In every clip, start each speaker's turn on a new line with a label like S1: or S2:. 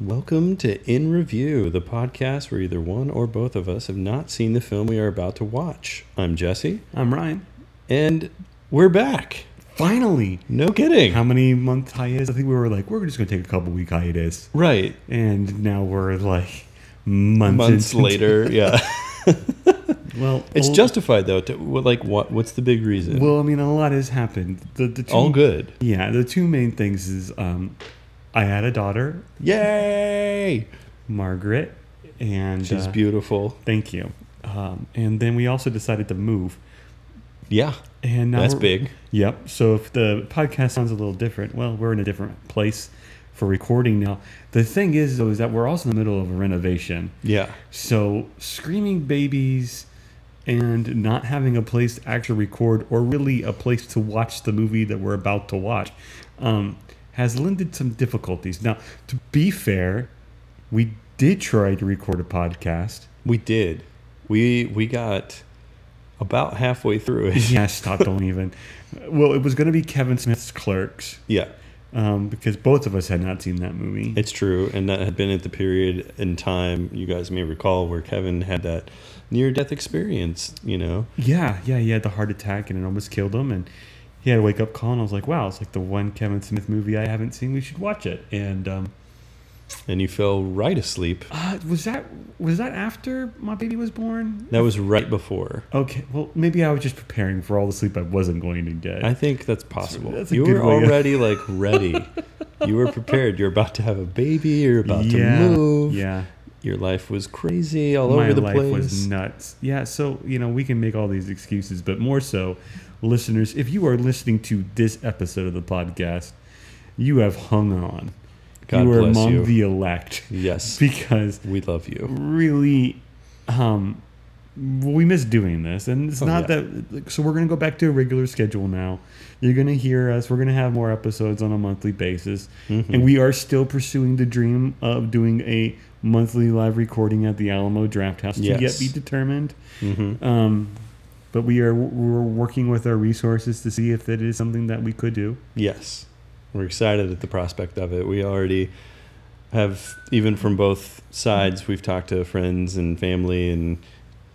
S1: Welcome to In Review, the podcast where either one or both of us have not seen the film we are about to watch. I'm Jesse,
S2: I'm Ryan.
S1: and we're back.
S2: Finally,
S1: No kidding.
S2: how many month hiatus? I think we were like, we're just gonna take a couple week hiatus,
S1: right.
S2: and now we're like months
S1: Months
S2: into-
S1: later, yeah.
S2: Well,
S1: It's
S2: a-
S1: justified though. To, what- like, what? What's the big reason?
S2: well, I mean, a lot has happened. The, the two,
S1: All good.
S2: Yeah, the two main things is um, I had a daughter,
S1: Yay!
S2: Margaret, and
S1: She's
S2: uh,
S1: beautiful.
S2: Thank you. Um, and then we also decided to move.
S1: Yeah,
S2: And now
S1: that's
S2: we're-
S1: big.
S2: Yep. So if the podcast sounds a little different, well, we're in a different place for recording now. The thing is, though, is that we're also in the middle of a renovation.
S1: Yeah.
S2: So screaming babies and not having a place to actually record or really a place to watch the movie that we're about to watch um, has lended some difficulties. Now, to be fair, we did try to record a podcast.
S1: We did. We we got about halfway through it.
S2: Yeah, stop, don't even. Well, it was going to be Kevin Smith's Clerks.
S1: yeah,
S2: um, because both of us had not seen that movie.
S1: it's true. And that had been at the period in time you guys may recall where Kevin had that near death experience. You know.
S2: yeah, yeah, he had the heart attack and it almost killed him, and he had a wake up call, and I was like, wow, it's like the one Kevin Smith movie I haven't seen. We should watch it. And um,
S1: and you fell right asleep.
S2: uh, was that was that after my baby was born?
S1: That was right before.
S2: Okay, well, maybe I was just preparing for all the sleep I wasn't going to get.
S1: I think that's possible.
S2: That's a
S1: you
S2: good
S1: were
S2: way of-
S1: already like ready. you were prepared. You're about to have a baby. You're about
S2: yeah,
S1: to move.
S2: yeah.
S1: Your life was crazy all
S2: my
S1: over the
S2: life
S1: place.
S2: was nuts. Yeah, so you know we can make all these excuses, but more so, listeners, if you are listening to this episode of the podcast, you have hung on.
S1: God
S2: you are
S1: bless
S2: among
S1: you.
S2: the elect
S1: yes.
S2: because
S1: we love you.
S2: really, um, we miss doing this, and it's
S1: Oh,
S2: not
S1: yeah.
S2: that. Like, so we're gonna go back to a regular schedule now. You're gonna hear us. We're gonna have more episodes on a monthly basis,
S1: Mm-hmm.
S2: and we are still pursuing the dream of doing a monthly live recording at the Alamo Draft House to
S1: Yes.
S2: yet be determined.
S1: Mm-hmm.
S2: Um, but we are we're working with our resources to see if that is something that we could do.
S1: Yes. We're excited at the prospect of it. We already have, even from both sides, we've talked to friends and family, and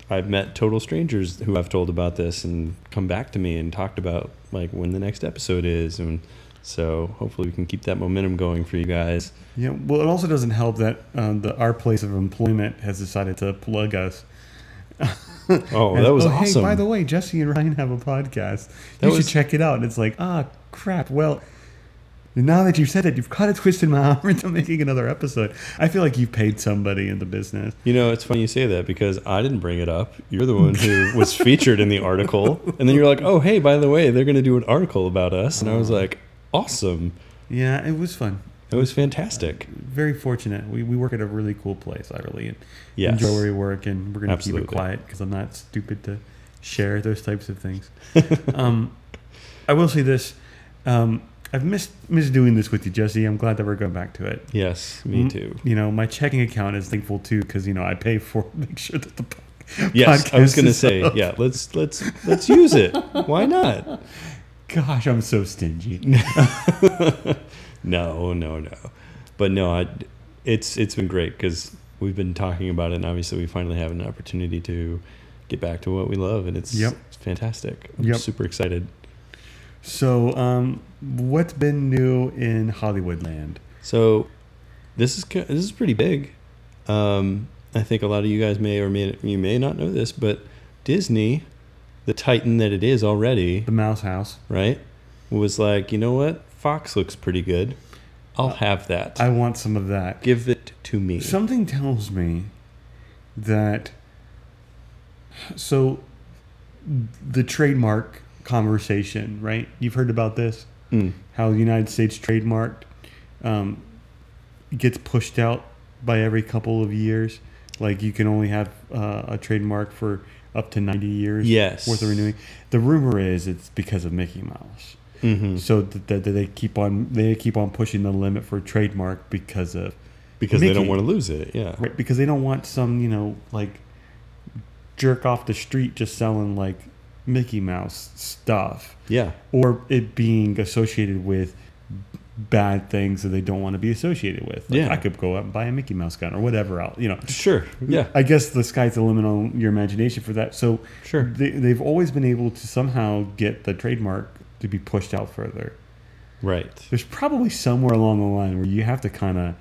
S1: I've met total strangers who I've told about this and come back to me and talked about like when the next episode is. And so hopefully we can keep that momentum going for you guys.
S2: Yeah, well, it also doesn't help that um, the, our place of employment has decided to plug us.
S1: Oh,
S2: As,
S1: that was
S2: hey,
S1: awesome.
S2: by the way, Jesse and Ryan have a podcast.
S1: That
S2: you
S1: was-
S2: should check it out. And it's like, ah, crap. Well, now that you've said it, you've kind of twisted my arm into making another episode. I feel like you paid somebody in the business.
S1: you know, it's funny you say that because I didn't bring it up. You're the one who was featured in the article. And then you're like, oh, hey, by the way, they're going to do an article about us. And I was like, awesome.
S2: Yeah, it was fun.
S1: It was fantastic.
S2: Very fortunate. We, we work at a really cool place. I really
S1: Yes.
S2: enjoy where we work, and we're going to keep
S1: Absolutely.
S2: it quiet because I'm not stupid to share those types of things. um, I will say this. Um, I've missed, missed doing this with you, Jesse. I'm glad that we're going back to it.
S1: Yes, me
S2: Mm,
S1: too.
S2: You know, my checking account is thankful too because you know I pay for make sure that the po-
S1: Yes, I was
S2: podcast
S1: going to
S2: is
S1: say,
S2: up.
S1: yeah, let's let's let's use it. Why not?
S2: Gosh, I'm so stingy.
S1: No, no, no. But no, I, it's it's been great cuz we've been talking about it and obviously we finally have an opportunity to get back to what we love and it's,
S2: Yep.
S1: it's fantastic. I'm
S2: Yep.
S1: super excited.
S2: so, um, what's been new in Hollywood land?
S1: So this is ki- this is pretty big. Um, I think a lot of you guys may or may you may not know this, but Disney, the titan that it is already,
S2: The Mouse House.
S1: right? Was like, you know what? Fox looks pretty good. I'll have that.
S2: Uh, I want some of that.
S1: Give it to me.
S2: Something tells me that so the trademark conversation, right? You've heard about this.
S1: Mm.
S2: How the United States trademarked um, gets pushed out by every couple of years. Like you can only have uh, a trademark for up to 90 years
S1: Yes.
S2: worth of renewing. The rumor is it's because of Mickey Mouse.
S1: Mhm.
S2: So that th- they keep on they keep on pushing the limit for trademark because of
S1: Because they don't
S2: Mickey.
S1: want to lose it. Yeah.
S2: right because they don't want some you know like jerk off the street just selling like Mickey Mouse stuff
S1: Yeah.
S2: or it being associated with bad things that they don't want to be associated with. Like
S1: Yeah.
S2: I could go out and buy a Mickey Mouse gun or whatever else, you know.
S1: Sure. Yeah.
S2: I guess the sky's the limit on your imagination for that. So
S1: Sure.
S2: they, they've always been able to somehow get the trademark to be pushed out further.
S1: Right.
S2: There's probably somewhere along the line where you have to kind of,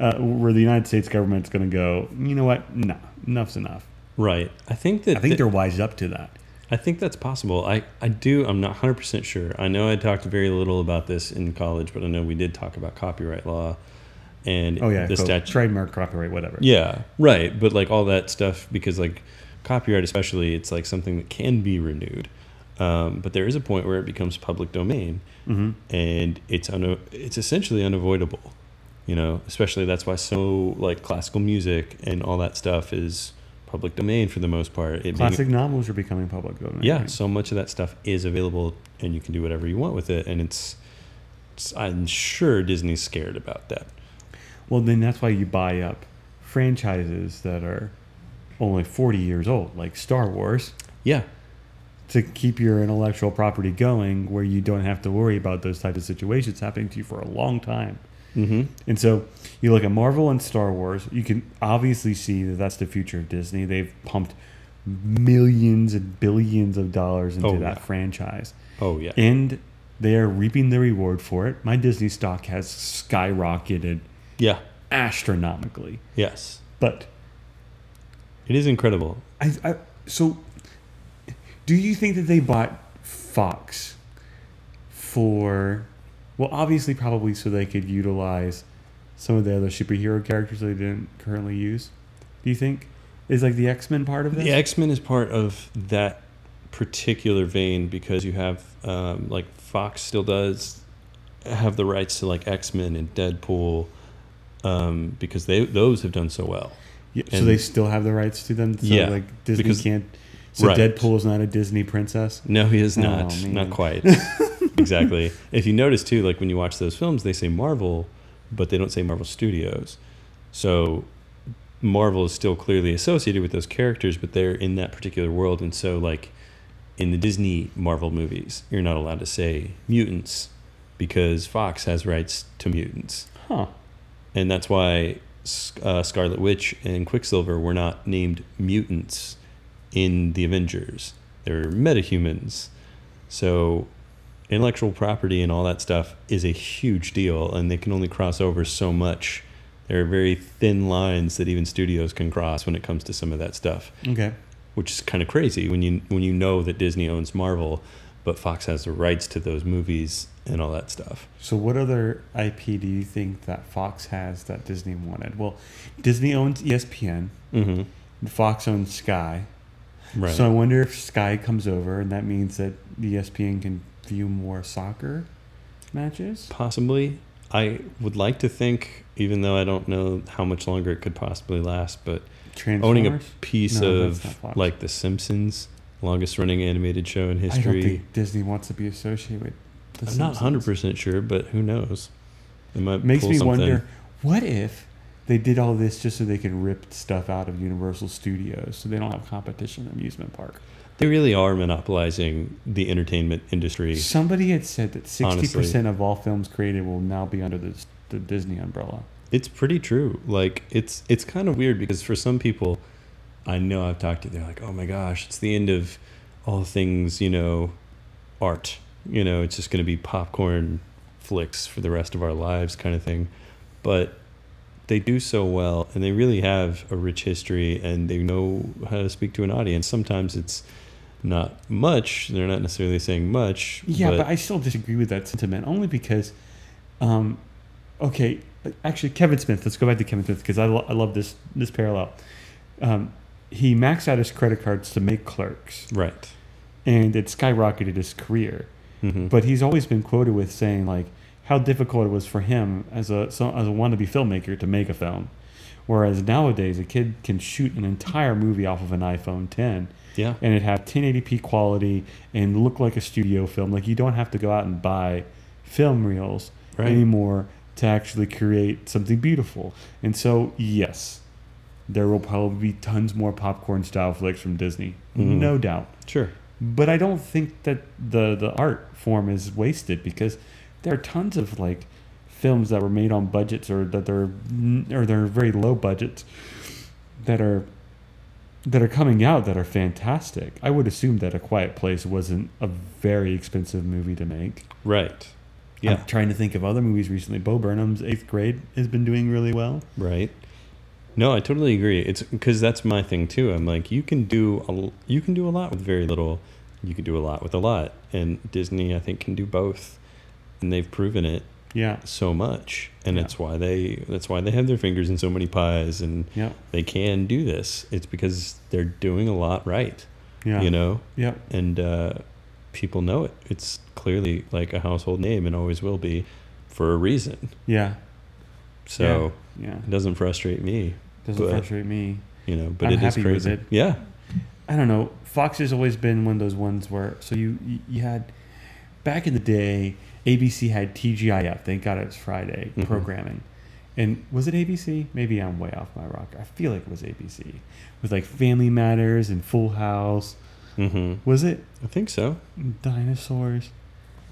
S2: uh, where the United States government's going to go, you know what? Nah, enough's enough.
S1: Right. I think that
S2: I think
S1: th-
S2: they're wise up to that.
S1: I think that's possible. I, I do. I'm not 100% sure. I know I talked very little about this in college, but I know we did talk about copyright law and
S2: Oh yeah,
S1: the
S2: go
S1: statute.
S2: trademark, copyright, whatever.
S1: Yeah, right. But like all that stuff, because like copyright, especially, it's like something that can be renewed. Um, but there is a point where it becomes public domain, and it's uno- it's essentially unavoidable. You know, especially that's why so like classical music and all that stuff is public domain for the most part. It being-
S2: Classic novels are becoming public domain.
S1: yeah,
S2: right?
S1: so much of that stuff is available, and you can do whatever you want with it. And it's, it's I'm sure Disney's scared about that.
S2: Well, then that's why you buy up franchises that are only 40 years old, like Star Wars,
S1: Yeah,
S2: to keep your intellectual property going where you don't have to worry about those types of situations happening to you for a long time.
S1: mm-hmm.
S2: And so you look at Marvel and Star Wars, you can obviously see that that's the future of Disney. They've pumped millions and billions of dollars into
S1: Oh,
S2: that
S1: yeah.
S2: franchise.
S1: Oh yeah,
S2: And they are reaping the reward for it. My Disney stock has skyrocketed
S1: yeah,
S2: astronomically.
S1: yes.
S2: But
S1: It is incredible.
S2: I, I so do you think that they bought Fox for well obviously probably so they could utilize some of the other superhero characters they didn't currently use? Do you think is like the X-Men part of this?
S1: The X Men is part of that particular vein because you have um, like Fox still does have the rights to like X Men and Deadpool um, because they those have done so well.
S2: Yeah, so
S1: and-
S2: they still have the rights to them. So
S1: Yeah,
S2: like Disney
S1: because-
S2: can't so
S1: right.
S2: Deadpool is not a Disney princess.
S1: No, he is
S2: Oh,
S1: not.
S2: man.
S1: not quite. exactly. If you notice too, like when you watch those films, they say Marvel, but they don't say Marvel Studios. So Marvel is still clearly associated with those characters, but they're in that particular world. And so, like in the Disney Marvel movies, you're not allowed to say mutants because Fox has rights to mutants
S2: Huh.
S1: and that's why S- uh, Scarlet Witch and Quicksilver were not named mutants in the Avengers. They're metahumans. So intellectual property and all that stuff is a huge deal, and they can only cross over so much. There are very thin lines that even studios can cross when it comes to some of that stuff,
S2: Okay.
S1: which is kind of crazy when you when you know that Disney owns Marvel, but Fox has the rights to those movies and all that stuff.
S2: So, what other IP do you think that Fox has that Disney wanted? Well, Disney owns E ESPN,
S1: Mm-hmm.
S2: Fox owns Sky.
S1: Right.
S2: So, I wonder if Sky comes over, and that means that E ESPN can view more soccer matches.
S1: Possibly. I would like to think, even though I don't know how much longer it could possibly last, but owning a
S2: Transformers?
S1: piece
S2: No, that's not
S1: of
S2: Fox.
S1: like The Simpsons, longest running animated show in
S2: I don't
S1: history.
S2: think Disney wants to be associated with. The
S1: I'm not
S2: Simpsons.
S1: 100% sure, but who knows? It might
S2: Makes
S1: pull
S2: me
S1: something.
S2: wonder what if they did all this just so they could rip stuff out of Universal Studios, so they don't have competition in amusement park.
S1: They really are monopolizing the entertainment industry.
S2: Somebody had said that sixty
S1: Honestly.
S2: percent of all films created will now be under the, the Disney umbrella.
S1: It's pretty true. Like it's it's kind of weird because for some people, I know I've talked to, they're like, oh my gosh, it's the end of all things, you know, art. You know, it's just going to be popcorn flicks for the rest of our lives, kind of thing. But they do so well, and they really have a rich history, and they know how to speak to an audience. Sometimes it's not much; they're not necessarily saying much.
S2: Yeah, but, I still disagree with that sentiment only because, um, okay, actually Kevin Smith. Let's go back to Kevin Smith because I, lo- I love this this parallel. Um, he maxed out his credit cards to make clerks,
S1: right.
S2: and it skyrocketed his career.
S1: hmm
S2: But he's always been quoted with saying like, how difficult it was for him as a so, as a wannabe filmmaker to make a film. Whereas nowadays, a kid can shoot an entire movie off of an iPhone 10
S1: Yeah.
S2: and it have 1080p quality and look like a studio film. Like you don't have to go out and buy film reels
S1: Right.
S2: anymore to actually create something beautiful. And so, yes, there will probably be tons more popcorn style flicks from Disney,
S1: Mhm.
S2: no doubt.
S1: Sure.
S2: But I don't think that the the art form is wasted because there are tons of like films that were made on budgets or that they're or they're very low budgets that are that are coming out that are fantastic. I would assume that A Quiet Place wasn't a very expensive movie to make.
S1: Right.
S2: I'm trying to think of other movies recently. Bo Burnham's Eighth Grade has been doing really well.
S1: Right. No, I totally agree. It's because that's my thing too. I'm like, you can do a, l- you can do a lot with very little. You can do a lot with a lot, and Disney, I think, can do both, and they've proven it
S2: Yeah,
S1: so much, and
S2: Yeah.
S1: it's why they that's why they have their fingers in so many pies, and
S2: yeah,
S1: they can do this. It's because they're doing a lot right,
S2: yeah,
S1: you know,
S2: yeah.
S1: and uh, people know it. It's clearly like a household name and always will be, for a reason.
S2: yeah,
S1: So
S2: yeah.
S1: it doesn't frustrate me.
S2: Doesn't
S1: But-
S2: frustrate me.
S1: you know but
S2: I'm
S1: it is
S2: happy with
S1: crazy
S2: it.
S1: yeah
S2: I don't know. Fox has always been one of those ones where so you you- you had back in the day ABC had TGIF. Thank God it's Friday
S1: Mhm.
S2: programming. And was it ABC? Maybe I'm way off my rock. I feel like it was ABC with like Family Matters and Full House.
S1: hmm
S2: Was it
S1: i think so
S2: Dinosaurs?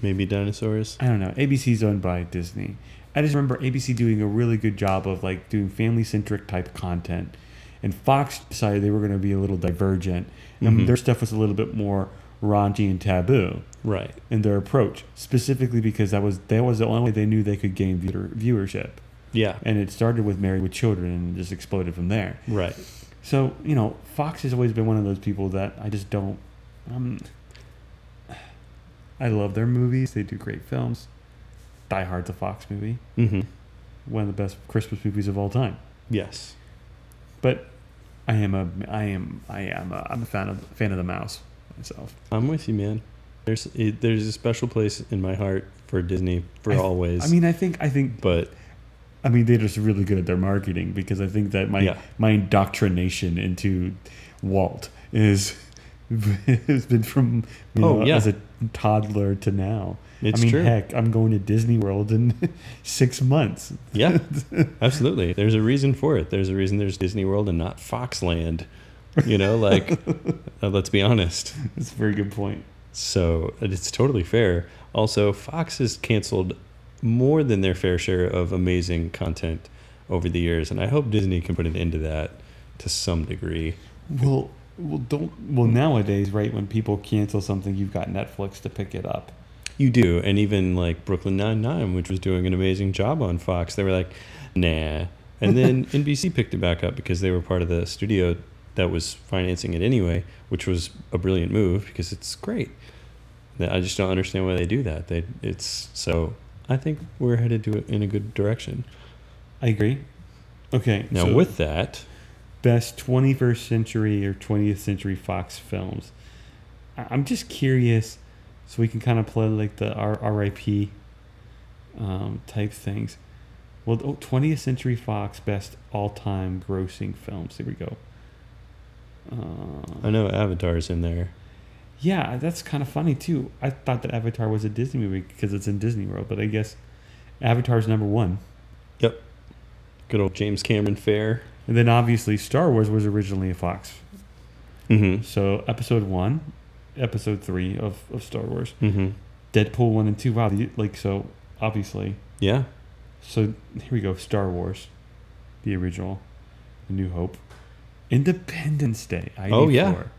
S1: maybe dinosaurs
S2: I don't know. ABC's owned by Disney. I just remember ABC doing a really good job of like doing family centric type content. And Fox decided they were going to be a little divergent. And
S1: Mhm.
S2: their stuff was a little bit more raunchy and taboo
S1: right
S2: in their approach, specifically because that was that was the only way they knew they could gain viewer, viewership.
S1: yeah
S2: And it started with Married with Children and it just exploded from there.
S1: right
S2: So, you know, Fox has always been one of those people that I just don't. Um, I love their movies. They do great films. Die Hard's a Fox movie,
S1: mm-hmm.
S2: one of the best Christmas movies of all time.
S1: yes
S2: But I am a I am I am a, I'm a fan of fan of the mouse myself.
S1: i'm with you man there's it, there's a special place in my heart for disney for
S2: I-
S1: always
S2: I mean, I think I think
S1: but
S2: I mean they're just really good at their marketing because I think that my
S1: Yeah.
S2: my indoctrination into Walt is has been from you
S1: Oh,
S2: know,
S1: yeah.
S2: as a toddler to now.
S1: it's
S2: I mean,
S1: true
S2: heck, I'm going to Disney World in six months.
S1: yeah absolutely there's a reason for it there's a reason there's disney world and not foxland you know like uh, let's be honest
S2: That's a very good point.
S1: So it's totally fair. Also, Fox has canceled more than their fair share of amazing content over the years, and I hope Disney can put an end to that to some degree.
S2: Well, well, don't. Well, nowadays, right when people cancel something, you've got Netflix to pick it up.
S1: You do, and even like Brooklyn Nine Nine, which was doing an amazing job on Fox, they were like, "Nah," and then NBC picked it back up because they were part of the studio that was financing it anyway, which was a brilliant move because it's great. That- I just don't understand why they do that. They it's so. I think we're headed to in a good direction.
S2: I agree. Okay.
S1: Now,
S2: so
S1: with that,
S2: best 21st century or 20th century Fox films, I- I'm just curious, so we can kind of play like the R- RIP um, type things. Well, oh, 20th Century Fox best all-time grossing films. Here we go. Uh,
S1: I know Avatar's in there.
S2: Yeah, that's kind of funny too. I thought that Avatar was a Disney movie because it's in Disney World, but I guess Avatar's number one.
S1: Good old James Cameron Fair.
S2: And then obviously Star Wars was originally a Fox.
S1: Mm-hmm.
S2: So episode one, episode three of, of Star Wars,
S1: Mm-hmm.
S2: Deadpool one and two. Wow, the- like so obviously.
S1: Yeah.
S2: So here we go Star Wars, the original, The New Hope, Independence Day. ID
S1: Oh, yeah.
S2: four.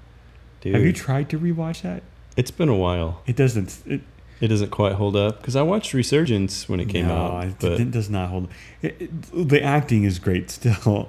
S1: Dude,
S2: Have you tried to rewatch that?
S1: it's been a while.
S2: It doesn't. It,
S1: It doesn't quite hold up because I watched Resurgence when it came
S2: no,
S1: out.
S2: it,
S1: but,
S2: it does not hold. It, it, the acting is great still.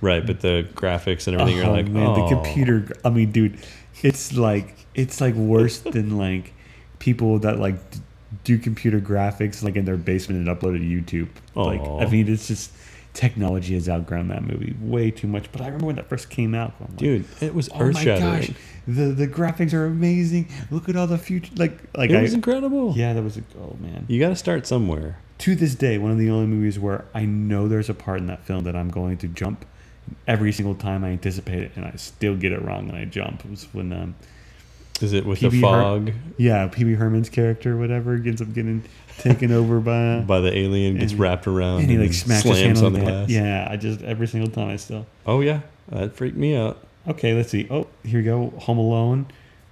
S1: right, but the graphics and everything are
S2: Oh,
S1: like,
S2: man,
S1: oh,
S2: the computer. I mean, dude, it's like it's like worse than like people that like d- do computer graphics like in their basement and upload it to YouTube. Like,
S1: Aw.
S2: I mean, it's just technology has outgrown that movie way too much. But I remember when that first came out, going, like,
S1: dude, it was
S2: Oh
S1: earth
S2: my gosh,
S1: shattering.
S2: the the graphics are amazing. Look at all the future, like like
S1: It
S2: I,
S1: was incredible.
S2: yeah, that was a oh man.
S1: You got to start somewhere.
S2: To this day, one of the only movies where I know there's a part in that film that I'm going to jump. Every single time I anticipate it, and I still get it wrong, and I jump. It was when um,
S1: Is it with the
S2: PB Her-
S1: fog
S2: yeah, Pee Wee Herman's character, whatever, ends up getting taken over by.
S1: by the alien gets
S2: Uh, And-
S1: wrapped around
S2: and he like smacks his hand
S1: slams
S2: on the
S1: glass?
S2: head. Yeah, I just every single time I still.
S1: Oh yeah, that freaked me out.
S2: Okay, let's see. Oh, here we go. Home Alone,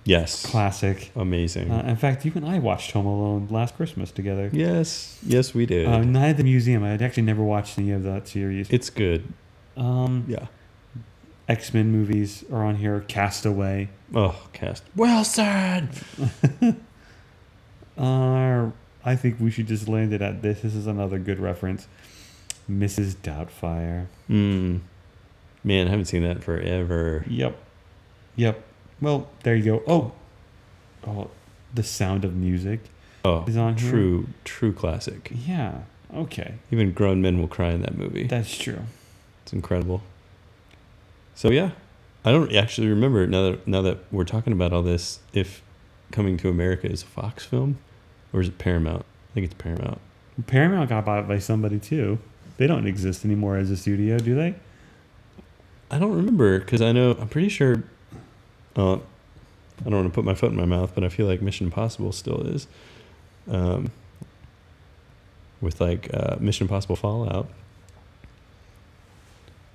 S1: Yes.
S2: classic.
S1: Amazing.
S2: Uh, in fact, you and I watched Home Alone last Christmas together.
S1: yes. Yes, we did.
S2: Uh, Night at the Museum. I had actually never watched any of that series.
S1: it's good.
S2: Um,
S1: Yeah.
S2: X Men movies are on here. Castaway.
S1: Oh, cast Wilson.
S2: Uh, I think we should just land it at this. This is another good reference. Mrs. Doubtfire.
S1: Mm. Man, I haven't seen that forever.
S2: Yep. Yep. Well, there you go. Oh. Oh, The Sound of Music
S1: Oh,
S2: is on here.
S1: true, true classic.
S2: Yeah. Okay.
S1: Even grown men will cry in that movie.
S2: That's true.
S1: It's incredible. So yeah, I don't actually remember now that now that we're talking about all this. If Coming to America is a Fox film, or is it Paramount? I think it's Paramount.
S2: Paramount got bought by somebody too. They don't exist anymore as a studio, do they?
S1: I don't remember because I know I'm pretty sure. Uh, I don't want to put my foot in my mouth, but I feel like Mission Impossible still is. Um, with like uh, Mission Impossible Fallout,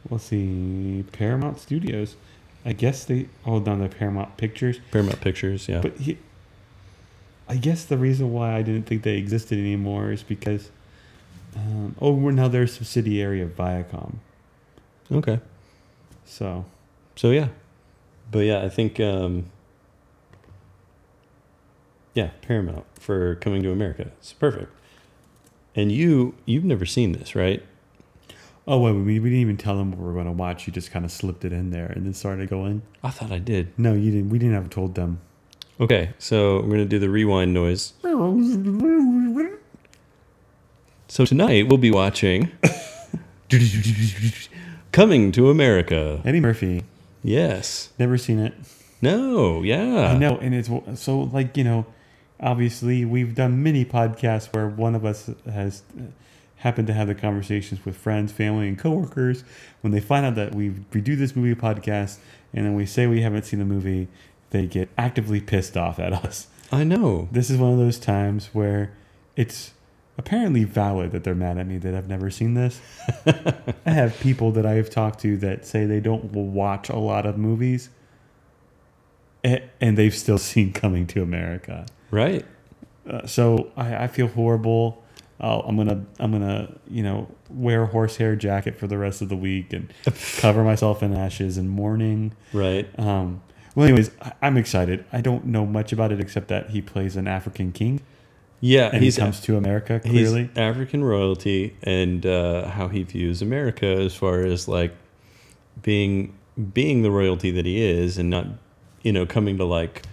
S2: Let's see. Paramount Studios. I guess they. Oh, no, the Paramount Pictures.
S1: Paramount Pictures, yeah.
S2: But he, I guess the reason why I didn't think they existed anymore is because. Um, oh, we're now they're a subsidiary of Viacom.
S1: okay.
S2: So.
S1: So yeah, but yeah, I think um, yeah, Paramount for Coming to America. It's perfect. And you you've never seen this, right?
S2: Oh, wait, we, we didn't even tell them what we were going to watch. You just kind of slipped it in there and then started going.
S1: I thought I did.
S2: No, you didn't. We didn't have told them.
S1: Okay, so we're gonna do the rewind noise. So tonight we'll be watching Coming to America.
S2: Eddie Murphy.
S1: Yes.
S2: Never seen it.
S1: No.
S2: I
S1: Yeah.
S2: know, and it's so like you know, obviously we've done many podcasts where one of us has uh, happened to have the conversations with friends, family, and coworkers when they find out that we we do this movie podcast, and then we say we haven't seen the movie, they get actively pissed off at us.
S1: I know.
S2: This is one of those times where it's apparently valid that they're mad at me that I've never seen this. I have people that I've talked to that say they don't watch a lot of movies a- and they've still seen Coming to America.
S1: Right.
S2: Uh, so I, I feel horrible. I'll, I'm gonna I'm gonna you know wear a horsehair jacket for the rest of the week and cover myself in ashes and mourning.
S1: Right.
S2: Um, well, anyways, I, I'm excited. I don't know much about it except that he plays an African king
S1: Yeah.
S2: and
S1: he's
S2: he comes to America
S1: He's
S2: clearly.
S1: African royalty and uh, how he views America as far as like being being the royalty that he is and not you know coming to like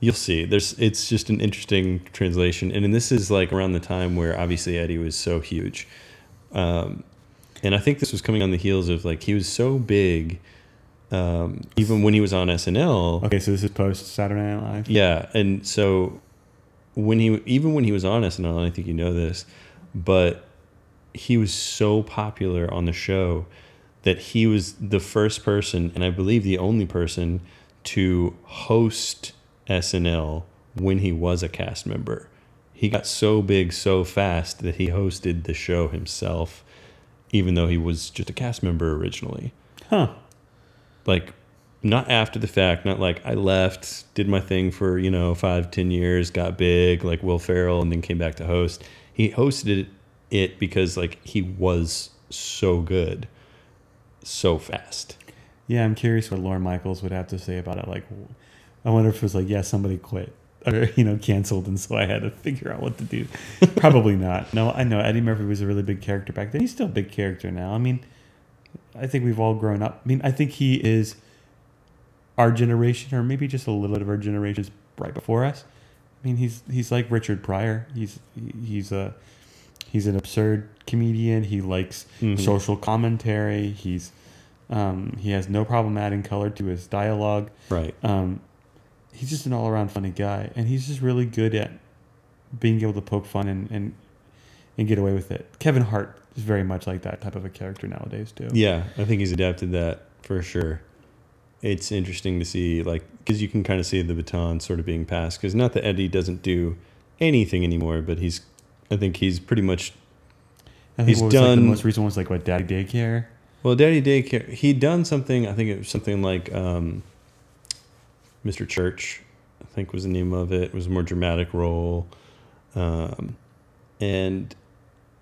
S1: you'll see there's it's just an interesting translation and, and this is like around the time where obviously Eddie was so huge um, and I think this was coming on the heels of like he was so big um, even when he was on SNL
S2: Okay, so this is post Saturday Night Live.
S1: yeah, and so when he even when he was on SNL, and I think you know this, but he was so popular on the show that he was the first person, and I believe the only person, to host SNL when he was a cast member. He got so big so fast that he hosted the show himself, even though he was just a cast member originally
S2: Huh.
S1: like not after the fact not like i left did my thing for you know five ten years got big like will ferrell and then came back to host he hosted it because like he was so good so fast
S2: Yeah, I'm curious what Lauren Michaels would have to say about it. Like, I wonder if it was like, yeah, somebody quit or you know canceled, and so I had to figure out what to do. Probably not. No, I know Eddie Murphy was a really big character back then. He's still a big character now. I mean, I think we've all grown up. I mean, I think he is our generation, or maybe just a little bit of our generations right before us. I mean, he's he's like Richard Pryor. He's he's a He's an absurd comedian. He likes
S1: Mhm.
S2: Mm-hmm. social commentary. He's um, he has no problem adding color to his dialogue.
S1: Right.
S2: Um, he's just an all around funny guy, and he's just really good at being able to poke fun and, and and get away with it. Kevin Hart is very much like that type of a character nowadays too.
S1: Yeah, I think he's adapted that for sure. It's interesting to see, like, because you can kind of see the baton sort of being passed. Because not that Eddie doesn't do anything anymore, but he's, I think he's pretty much,
S2: I think
S1: He's
S2: what was, like,
S1: done-
S2: the most recent one's like what Daddy Daycare.
S1: well, Daddy Daycare, he'd done something, I think it was something like um, Mr. Church, I think was the name of it, was a more dramatic role. Um, and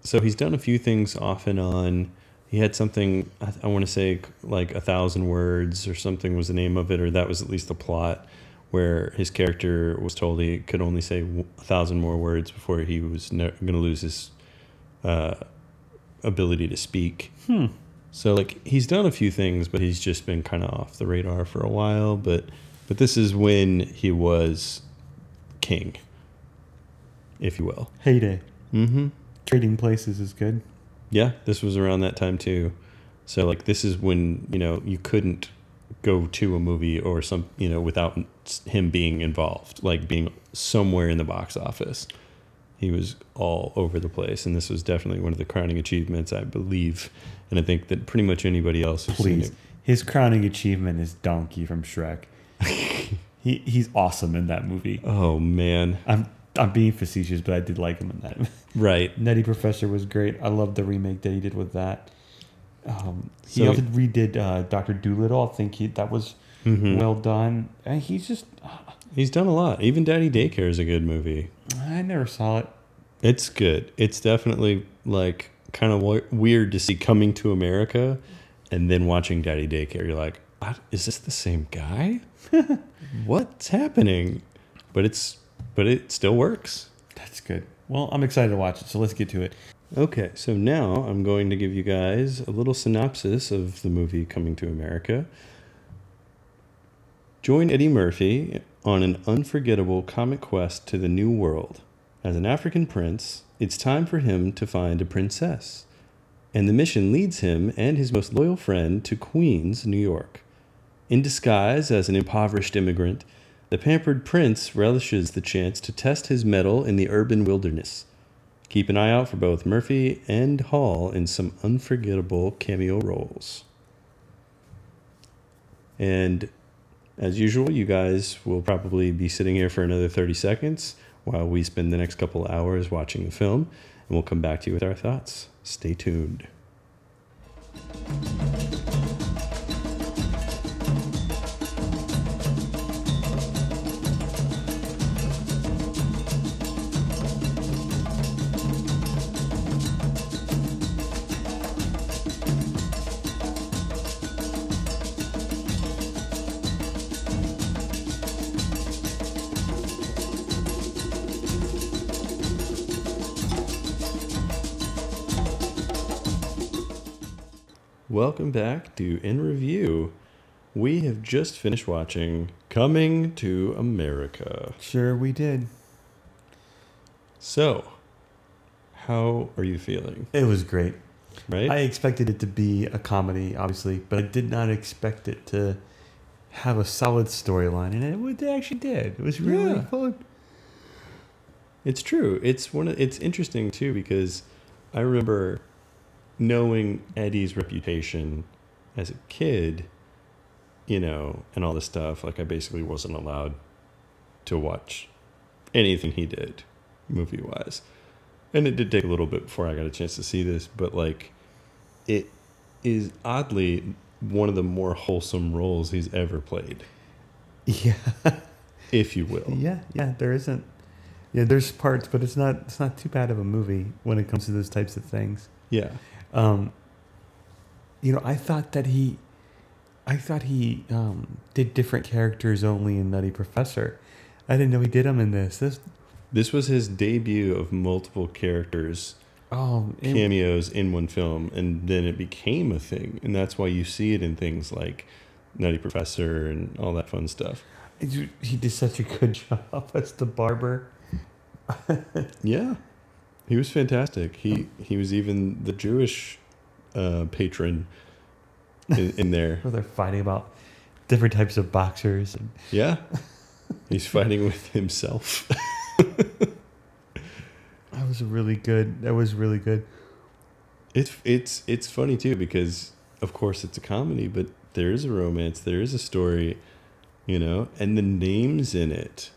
S1: so he's done a few things off and on. He had something I, I want to say like a thousand words or something was the name of it, or that was at least the plot where his character was told he could only say w- a thousand more words before he was ne- going to lose his uh, ability to speak.
S2: Hmm.
S1: So like he's done a few things, but he's just been kind of off the radar for a while. But but this is when he was king, if you will.
S2: Heyday.
S1: Mm-hmm.
S2: Trading Places is good.
S1: Yeah, this was around that time too. So like this is when, you know, you couldn't go to a movie or some, you know, without him being involved, like being somewhere in the box office. He was all over the place and this was definitely one of the crowning achievements, I believe. And I think that pretty much anybody else who's seen
S2: Please.
S1: it.
S2: His crowning achievement is Donkey from Shrek. he he's awesome in that movie.
S1: Oh man.
S2: I'm I'm being facetious, but I did like him in that.
S1: Right.
S2: Nutty Professor was great. I love the remake that he did with that. Um, he
S1: So-
S2: also redid uh, Doctor Doolittle. I think he, that was
S1: Mhm.
S2: well done. And he's just
S1: He's done a lot. Even Daddy Daycare is a good movie.
S2: I never saw it.
S1: It's good. It's definitely like kind of w- weird to see coming to America and then watching Daddy Daycare. You're like, "What? is this the same guy? What's happening? But it's but it still works.
S2: That's good. Well, I'm excited to watch it. So let's get to it.
S1: Okay, so now I'm going to give you guys a little synopsis of the movie Coming to America. Join Eddie Murphy on an unforgettable comic quest to the new world. As an African prince, it's time for him to find a princess. And the mission leads him and his most loyal friend to Queens, New York. In disguise as an impoverished immigrant, the pampered prince relishes the chance to test his mettle in the urban wilderness. Keep an eye out for both Murphy and Hall in some unforgettable cameo roles. And as usual, you guys will probably be sitting here for another 30 seconds while we spend the next couple hours watching the film, and we'll come back to you with our thoughts. Stay tuned. Welcome back to In Review. We have just finished watching Coming to America.
S2: Sure, we did.
S1: So, how are you feeling?
S2: It was great.
S1: Right?
S2: I expected it to be a comedy, obviously, but I did not expect it to have a solid storyline, and it, would- it actually did. It was really
S1: Yeah.
S2: fun.
S1: It's true. It's one. Of, it's interesting too because I remember knowing Eddie's reputation as a kid, you know, and all this stuff. Like I basically wasn't allowed to watch anything he did, movie wise, and it did take a little bit before I got a chance to see this. But like, it is oddly one of the more wholesome roles he's ever played,
S2: Yeah,
S1: if you will.
S2: yeah, yeah. There isn't. Yeah, there's parts, but it's not. It's not too bad of a movie when it comes to those types of things.
S1: Yeah.
S2: Um, you know, I thought that he, I thought he um, did different characters only in Nutty Professor. I didn't know he did them in this. This,
S1: This was his debut of multiple characters
S2: oh, it-
S1: cameos in one film, and then it became a thing, and that's why you see it in things like Nutty Professor and all that fun stuff.
S2: it- he did such a good job as the barber.
S1: Yeah, He was fantastic. He he was even the Jewish uh, patron in, in there.
S2: Where they're fighting about different types of boxers. And
S1: Yeah, he's fighting with himself.
S2: that was really good. That was really good.
S1: It's it's it's funny too because of course it's a comedy, but there is a romance, there is a story, you know, and the names in it.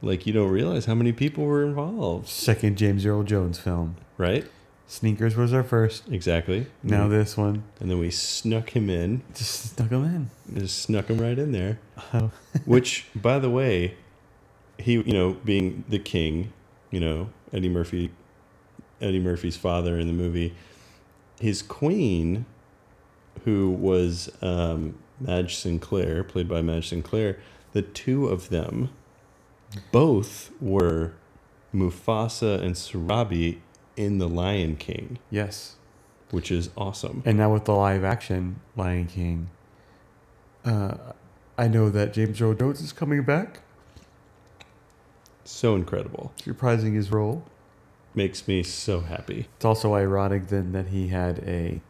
S1: Like you don't realize how many people were involved,
S2: Second James Earl Jones film.
S1: right?
S2: Sneakers was our first.
S1: Exactly.
S2: Now this one.
S1: and then we snuck him in,
S2: Just stuck them in.
S1: just snuck him right in there.
S2: Oh.
S1: Which, by the way, he you know being the king, you know Eddie Murphy, Eddie Murphy's father in the movie, his queen, who was um, Madge Sinclair, played by Madge Sinclair, the two of them, both were Mufasa and Sarabi in The Lion King,
S2: Yes.
S1: which is awesome.
S2: And now with the live action Lion King, uh, I know that James Earl Jones is coming back,
S1: So incredible.
S2: reprising his role.
S1: Makes me so happy.
S2: It's also ironic then that he had a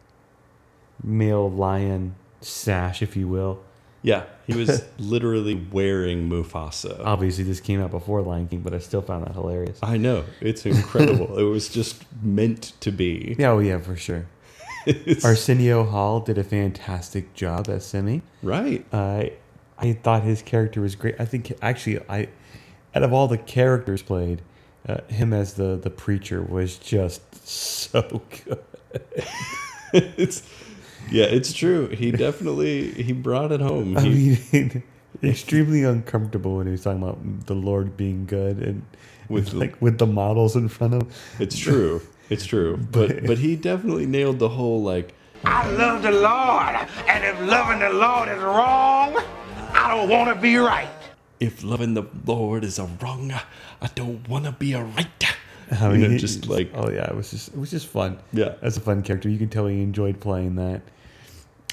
S2: male lion sash, if you will.
S1: Yeah, he was literally wearing Mufasa.
S2: Obviously, this came out before Lion King, but I still found that hilarious.
S1: I know. It's incredible. it was just meant to be.
S2: Yeah, oh yeah, for sure. Arsenio Hall did a fantastic job as Simi.
S1: Right.
S2: I Uh, I thought his character was great. I think actually I out of all the characters played, uh, him as the the preacher was just so good.
S1: it's yeah, it's true. He definitely he brought it home.
S2: I
S1: He,
S2: mean, extremely uncomfortable when he was talking about the Lord being good and
S1: With-
S2: with like with the models in front of him.
S1: it's true. It's true. But but he definitely nailed the whole like
S3: I love the Lord, and if loving the Lord is wrong, I don't want to be right.
S1: if loving the Lord is a wrong, I don't want to be a right.
S2: I
S1: you know,
S2: mean,
S1: just like
S2: oh yeah, it was just it was just fun.
S1: Yeah.
S2: that's a fun character. You can tell he enjoyed playing that.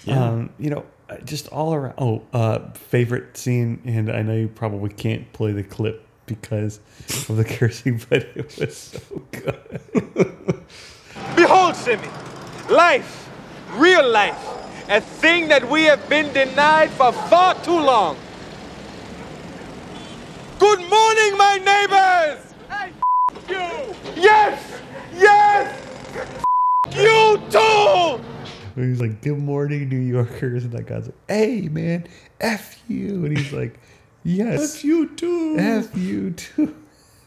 S1: Yeah.
S2: Um, you know, uh, just all around. Oh, uh, favorite scene, and I know you probably can't play the clip because of the cursing, but it was so good.
S4: Behold, Simi, life, real life, a thing that we have been denied for far too long. Good morning, my neighbors! you! Yes! Yes! F- you too!
S2: He was like, "Good morning, New Yorkers," and that guy's like, "Hey, man, f you," and he's like, "Yes,
S1: F you too.
S2: f you too."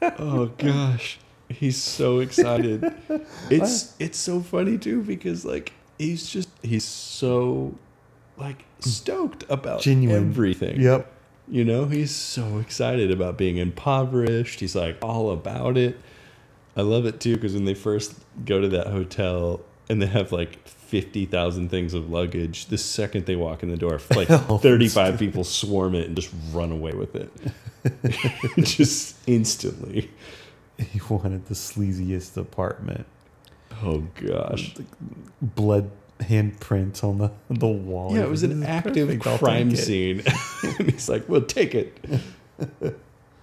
S1: Oh gosh, he's so excited. It's it's so funny too because like he's just he's so like stoked about
S2: Mm. Genuine.
S1: everything.
S2: Yep.
S1: You know, he's so excited about being impoverished. He's like all about it. I love it too because when they first go to that hotel and they have like 50,000 things of luggage, the second they walk in the door, like
S2: Oh,
S1: 35 people swarm it and just run away with it. just instantly.
S2: He wanted the sleaziest apartment.
S1: Oh gosh.
S2: blood handprints on the on the wall.
S1: Yeah, it was an
S2: This is
S1: active
S2: perfect. I'll
S1: crime
S2: take it.
S1: scene. and he's like, "We'll take it."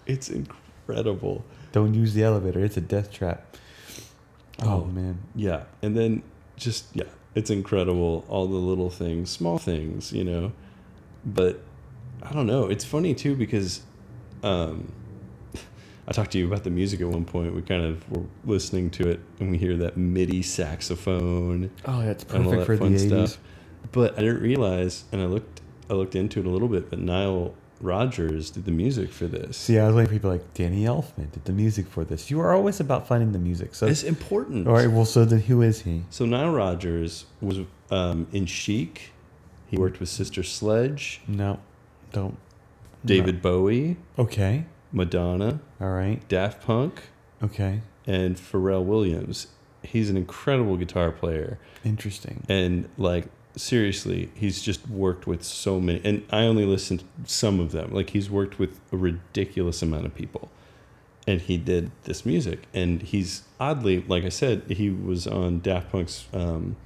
S1: it's incredible.
S2: Don't use the elevator; it's a death trap. Oh, man,
S1: Yeah, and then just yeah, it's incredible. All the little things, small things, you know. But I don't know. It's funny too because um, I talked to you about the music at one point. We kind of were listening to it, and we hear that MIDI saxophone.
S2: oh, that's
S1: and all
S2: perfect
S1: that
S2: for the
S1: fun
S2: eighties.
S1: stuff. But I didn't realize, and I looked, I looked into it a little bit. But Nile Rodgers did the music for this.
S2: See, I was waiting for people like Danny Elfman did the music for this. You are always about finding the music. So,
S1: it's important.
S2: all right, well, so then who is he?
S1: So Nile Rodgers was um, in Chic. He worked with Sister Sledge,
S2: No, don't.
S1: David Bowie,
S2: Okay,
S1: Madonna,
S2: all right,
S1: Daft Punk,
S2: okay,
S1: and Pharrell Williams. He's an incredible guitar player.
S2: interesting.
S1: and like seriously he's just worked with so many and i only listened to some of them like he's worked with a ridiculous amount of people and he did this music and he's oddly like i said he was on daft punk's um,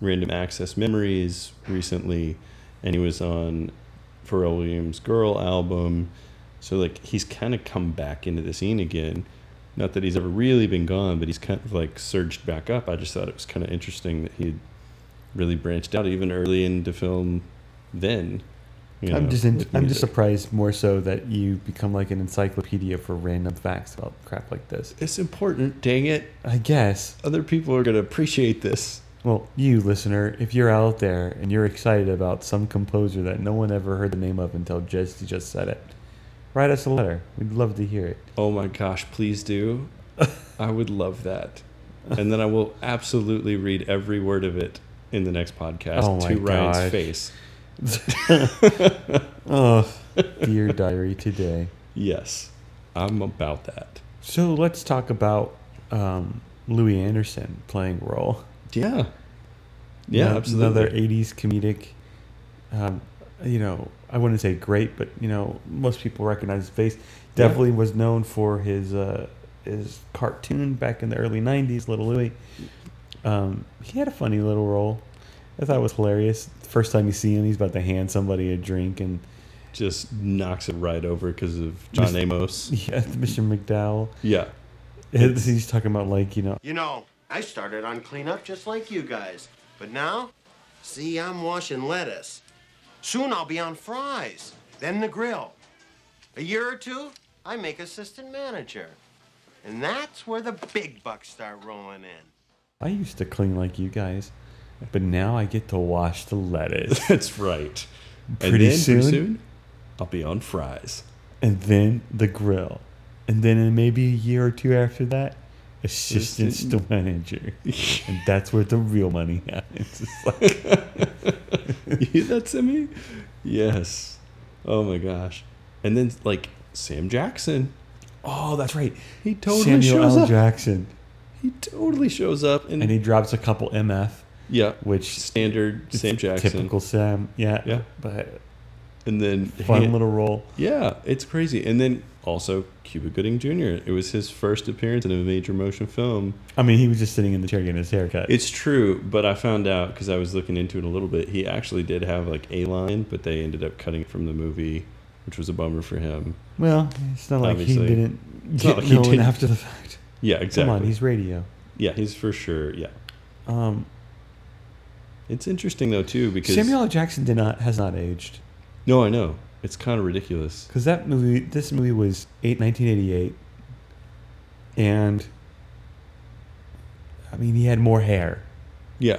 S1: random access memories recently and he was on pharrell williams girl album so like he's kind of come back into the scene again Not that he's ever really been gone, but he's kind of like surged back up. I just thought it was kind of interesting that he had really branched out even early into film. Then, you
S2: I'm
S1: know,
S2: just in,
S1: with
S2: I'm
S1: music.
S2: just surprised more so that you become like an encyclopedia for random facts about crap like this.
S1: It's important. Dang it!
S2: I guess.
S1: Other people are gonna appreciate this.
S2: Well, you listener, if you're out there and you're excited about some composer that no one ever heard the name of until Jesse just said it, write us a letter. We'd love to hear it.
S1: Oh my gosh! Please do. I would love that, and then I will absolutely read every word of it in the next podcast
S2: Oh my
S1: to Ryan's
S2: gosh.
S1: face.
S2: Oh, dear diary today.
S1: Yes, I'm about that.
S2: So let's talk about um, Louis Anderson playing role.
S1: Yeah. Yeah,
S2: Ano-
S1: absolutely.
S2: Another '80s comedic. Um, you know, I wouldn't say great, but you know, most people recognize his face. Definitely was known for his uh, his cartoon back in the early '90s, Little Louie. Um, he had a funny little role. I thought it was hilarious. First time you see him, he's about to hand somebody a drink, and
S1: Just knocks it right over because of John
S2: Mis-
S1: Amos.
S2: yeah, Mr. McDowell.
S1: Yeah.
S2: He's talking about like you know,
S5: You know, I started on cleanup just like you guys. But now, see, I'm washing lettuce. Soon I'll be on fries, then the grill. A year or two, I make assistant manager. And that's where the big bucks start rolling in.
S2: I used to clean like you guys, but now I get to wash the lettuce.
S1: That's right.
S2: Pretty soon?
S1: I'll be on fries.
S2: and then the grill, and then in maybe a year or two after that, assistant store manager, and that's where the real money happens. It's like,
S1: you hear that, Simi? Yes. Oh my gosh. And then, like, Sam Jackson.
S2: oh, that's right.
S1: He totally
S2: Samuel
S1: shows
S2: L.
S1: up.
S2: Jackson,
S1: He totally shows up. And,
S2: and he drops a couple mf,
S1: yeah,
S2: which
S1: standard Sam Jackson.
S2: typical Sam. Yeah,
S1: Yeah.
S2: but
S1: And then
S2: fun
S1: Han-
S2: little role.
S1: Yeah, it's crazy. And then also Cuba Gooding Jr. It was his first appearance in a major motion film.
S2: I mean, he was just sitting in the chair getting his haircut.
S1: It's true, but I found out because I was looking into it a little bit. He actually did have like a line, but they ended up cutting it from the movie, which was a bummer for him.
S2: well, it's not like
S1: obviously-
S2: he didn't
S1: It's
S2: get
S1: not like he
S2: known
S1: didn't-
S2: after the fact.
S1: Yeah, exactly.
S2: Come on, he's radio.
S1: yeah, he's for sure. Yeah,
S2: Um,
S1: it's interesting though too because
S2: Samuel L. Jackson did not has not aged
S1: No, I know it's kind of ridiculous.
S2: because that movie, this movie was eight, 1988, and I mean he had more hair.
S1: Yeah.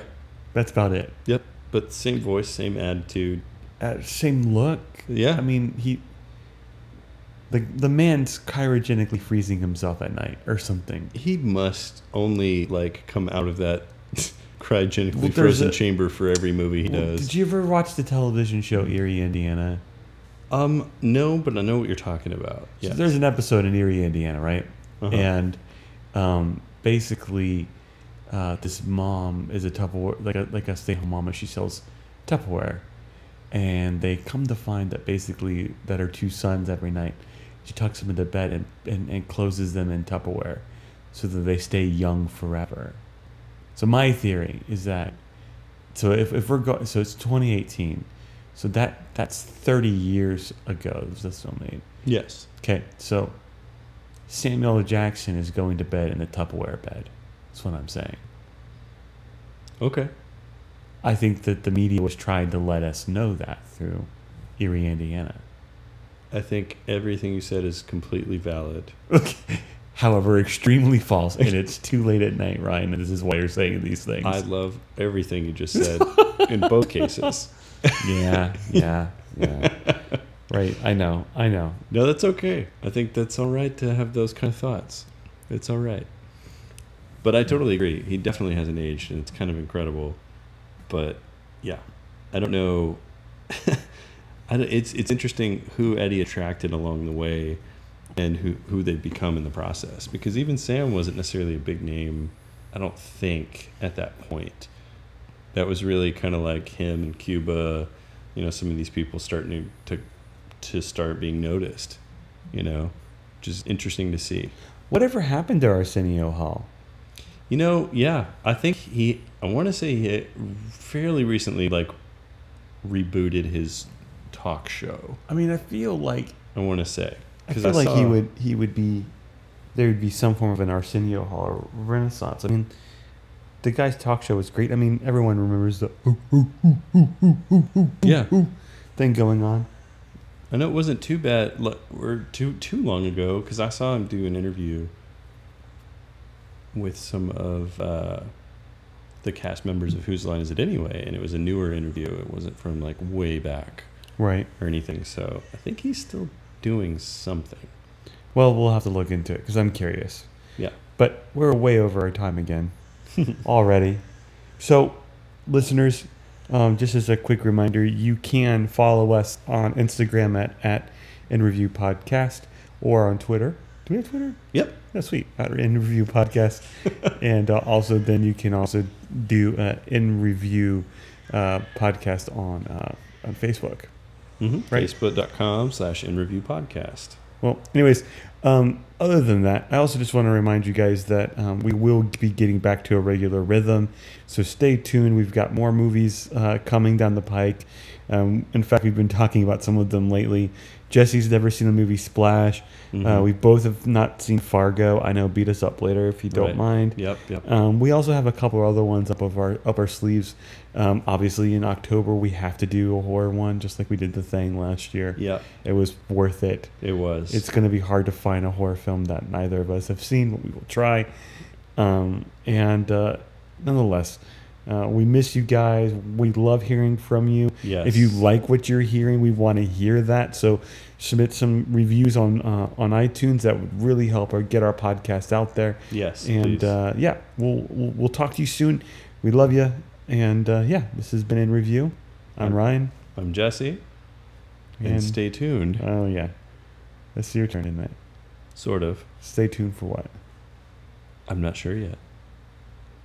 S2: That's about it.
S1: Yep. But same voice, same attitude.
S2: Uh, same look.
S1: Yeah.
S2: I mean he. The, the man's cryogenically freezing himself at night or something.
S1: He must only like come out of that cryogenically
S2: Well, there's
S1: frozen
S2: a-
S1: chamber for every movie he
S2: Well,
S1: does.
S2: Did you ever watch the television show Erie, Indiana?
S1: Um, no, but I know what you're talking about.
S2: So
S1: Yeah.
S2: there's an episode in Erie, Indiana, right? And um, basically, uh, this mom is a Tupperware, like a, like a stay home mom, and she sells Tupperware. And they come to find that basically that her two sons every night, she tucks them into bed and, and, and closes them in Tupperware so that they stay young forever. So my theory is that so if, if we're going so it's 2018 so that that's 30 years ago was this film made
S1: yes.
S2: Okay, so Samuel L. Jackson is going to bed in a Tupperware bed. That's what I'm saying.
S1: Okay.
S2: I think that the media was trying to let us know that through Erie, Indiana.
S1: I think everything you said is completely valid.
S2: However, extremely false, and it's too late at night, Ryan. And this is why you're saying these things.
S1: I love everything you just said in both cases.
S2: yeah, yeah, yeah. right. I know. I know.
S1: No, that's okay. I think that's all right to have those kind of thoughts. It's all right. But I totally agree. He definitely hasn't aged, and it's kind of incredible. But yeah, I don't know. I don't, it's it's interesting who Eddie attracted along the way, and who who they've become in the process. Because even Sam wasn't necessarily a big name, I don't think at that point. That was really kind of like him and Cuba, you know, some of these people starting to to to start being noticed, you know, which is interesting to see.
S2: Whatever happened to Arsenio Hall?
S1: You know, yeah, I think he, I want to say he fairly recently like rebooted his talk show.
S2: I mean, I feel like
S1: I want to say
S2: I feel like
S1: saw-
S2: he would he would be there would be some form of an Arsenio Hall or Renaissance. I mean, the guy's talk show was great. I mean, everyone remembers the "Ooh, ooh, ooh, ooh, ooh, ooh, ooh,
S1: Yeah.
S2: ooh" thing going on.
S1: I know it wasn't too bad like, or too too long ago because I saw him do an interview with some of uh, the cast members of Whose Line Is It Anyway, and it was a newer interview. It wasn't from like way back
S2: Right.
S1: or anything. So I think he's still doing something.
S2: Well, we'll have to look into it because I'm curious.
S1: Yeah.
S2: But we're way over our time again already. So, listeners, um, just as a quick reminder, you can follow us on Instagram at, at In Review Podcast or on Twitter. Do we have Twitter?
S1: Yep.
S2: Oh, sweet. At In Review Podcast. and uh, also, then you can also do uh, In Review uh, Podcast on, uh, on Facebook.
S1: Mm-hmm.
S2: Right.
S1: Facebook.com slash in review podcast.
S2: Well, anyways, um, other than that, I also just want to remind you guys that um, we will be getting back to a regular rhythm. So stay tuned. We've got more movies uh, coming down the pike. Um, in fact, we've been talking about some of them lately. Jesse's never seen the movie Splash.
S1: Mm-hmm.
S2: Uh, we both have not seen Fargo. I know beat us up later if you don't
S1: Right.
S2: mind.
S1: Yep. Yep.
S2: Um, we also have a couple other ones up of our up our sleeves. Um, obviously, in October we have to do a horror one, just like we did the thing last year.
S1: Yep.
S2: it was worth it.
S1: it was.
S2: It's going to be hard to find a horror film that neither of us have seen, but we will try. Um, and uh, nonetheless, uh, we miss you guys. We love hearing from you.
S1: Yes.
S2: If you like what you're hearing, we want to hear that. So submit some reviews on uh, on iTunes. That would really help or get our podcast out there.
S1: Yes,
S2: And
S1: please.
S2: uh, yeah, we'll, we'll we'll talk to you soon. We love you. And uh, yeah, this has been in review. I'm Ryan.
S1: I'm Jesse. And,
S2: And-
S1: stay tuned.
S2: Oh yeah, that's your turn tonight.
S1: sort of.
S2: Stay tuned for what.
S1: I'm not sure yet.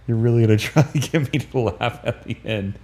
S2: You're really gonna try to get me to laugh at the end.